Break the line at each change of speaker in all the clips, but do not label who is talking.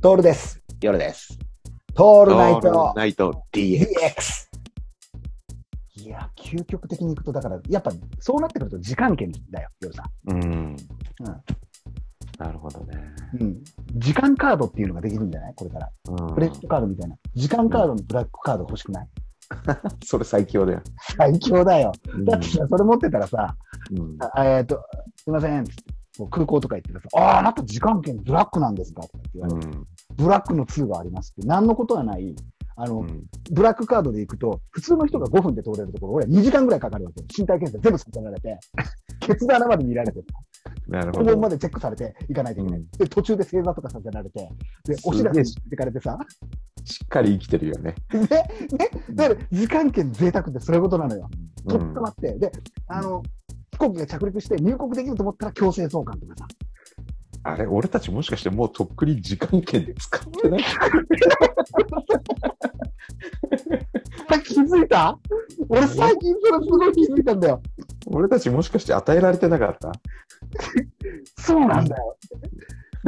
トールです。
夜です。
ト
オ
ールナイト
ナイト
DX。
DX。
いや、究極的にいくと、だから、やっぱ、そうなってくると時間圏だよ、夜さ
うん。なるほどね。
ん。うん。時間カードっていうのができるんじゃないこれから。
うん
クレジットカードみたいな。時間カードのブラックカード欲しくない
それ最強だよ。
最強だよ。だって
う
さ、それ持ってたらさ、
ん
あえっと、すいません。つってこう空港とか行ってさ、ああ、あなた時間圏ブラックなんですかとかって言われ
う
て、
ん
ブラックの2がありますって、何のことはない、あの、
うん
ブラックカードで行くと、普通の人が5分で通れるところ、俺は2時間ぐらいかかるわけよ。身体検査全部させられ て、ケツ穴まで見られて、
なるほ
肛門ま
ど。
でチェックされて行かないといけない。
うん
で、途中で正座とかさせられて、で、お知らせしてかれてさ、
しっかり生きてるよね。
ね、ね、だから時間券贅沢ってそういうことなのよ。
う
とっ
ん
捕まって、で、あの、飛行機が着陸して入国できると思ったら強制送還とかさ。
あれ、俺たちもしかしてもうとっくに時間券で使ってない
あ れ気づいた俺最近それすごい気づいたんだよ。
俺たちもしかして与えられてなかった
そうなんだよ。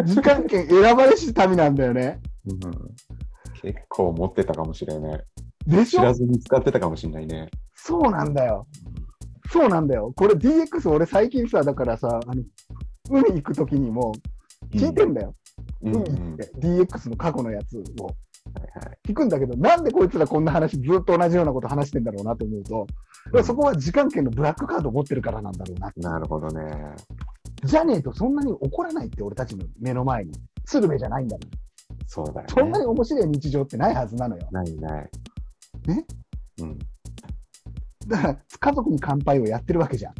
時間券選ばれし民なんだよね。
うん結構持ってたかもしれない。
で
知
しょ
らずに使ってたかもしれないね。
そうなんだよ。そうなんだよ。これ DX 俺最近さ、だからさ、あの、海行くときにも聞いてんだよ。
うん
海
うん
行
は
っ
い
て DX の過去のやつを
はい
聞くんだけど、なんでこいつらこんな話ずっと同じようなこと話してんだろうなと思うと、
うん
そこは時間権のブラックカードを持ってるからなんだろうな。
なるほどね。
じゃねえとそんなに怒らないって俺たちの目の前に。スルメじゃないんだから。
そうだよね。
そんなに面白い日常ってないはずなのよ。
ないない。
ね
うん。
だから家族に乾杯をやってるわけじゃん。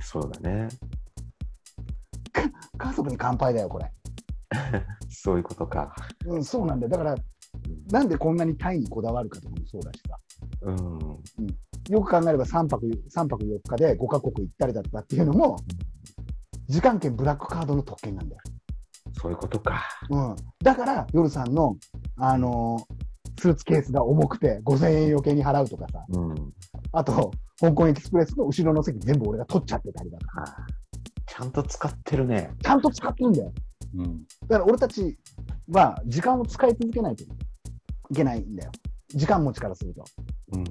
そうだね。
家族に乾杯だよ、これ。
そういうことか。
うん、そうなんだよ。だから、なんでこんなにタイにこだわるかとかもそうだしさ。
うん。
よく考えれば3泊、三泊4日で5カ国行ったりだとかっていうのも、時間券ブラックカードの特権なんだよ。
そういうことか。
うん。だから、夜さんの、あのースーツケースが重くて5000円余計に払うとかさ、
うん。
あと、香港エキスプレスの後ろの席全部俺が取っちゃってたりだとか、
あちゃんと使ってるね。
ちゃんと使ってるんだよ。
うん。
だから俺たちは時間を使い続けないといけないんだよ。時間持ちからすると。
うん。
うん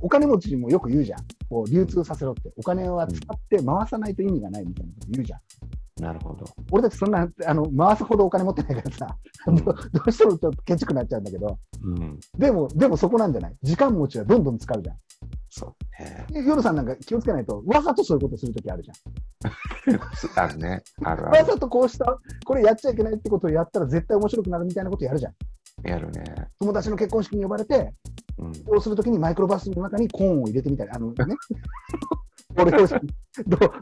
お金持ちにもよく言うじゃん。こう流通させろって。お金は使って回さないと意味がないみたいなこと言うじゃん。
なるほど。
俺たちそんな、あの、回すほどお金持ってないからさ、
うん
どどうしてもちょっとケチくなっちゃうんだけど、
うん。
でも、でもそこなんじゃない時間持ちはどんどん使うじゃん。
そうね。
で夜さんなんか気をつけないと、わざとそういうことするときあるじゃん。
あるね。あるあ
わ
る。
ざとこうした、これやっちゃいけないってことをやったら絶対面白くなるみたいなことやるじゃん。
やるね。
友達の結婚式に呼ばれて、
うん。
こうするときにマイクロバスの中にコーンを入れてみたり、あのね、俺を道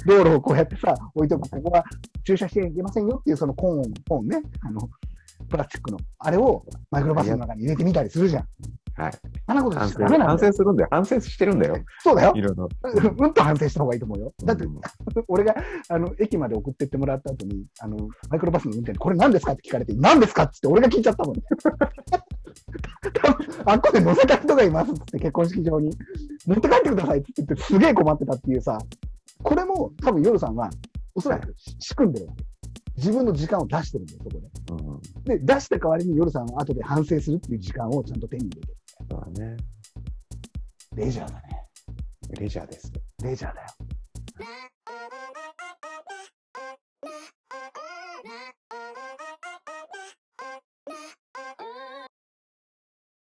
道路をこうやってさ、置いとく、ここは駐車してはいけませんよっていう、そのコーンを、コーンね、あの、プラスチックの、あれをマイクロバスの中に入れてみたりするじゃん。
はい。
あんなこと
反
しちゃ
省
ダメなん
反
だよ。
省するんだよ。反省してるんだよ。
そうだよ
い。ろいろ。
うんと反省した方がいいと思うよ。だって
う、ん
俺が、あの、駅まで送ってってもらった後に、あの、マイクロバスの運転で、これ何ですかって聞かれて、何ですかって言って俺が聞いちゃったもんね。 多分あっこで乗せた人がいますっつって、結婚式場に。持って帰ってくださいって言って、すげえ困ってたっていうさ、これも多分夜さんは、おそらく仕組んでるわけ。自分の時間を出してるんだよ、そこ
うん。
で。で、出した代わりに夜さんは後で反省するっていう時間をちゃんと手に入れて
そうだ
る。
ね。
レジャーだね。
レジャーです。
レジャーだよ。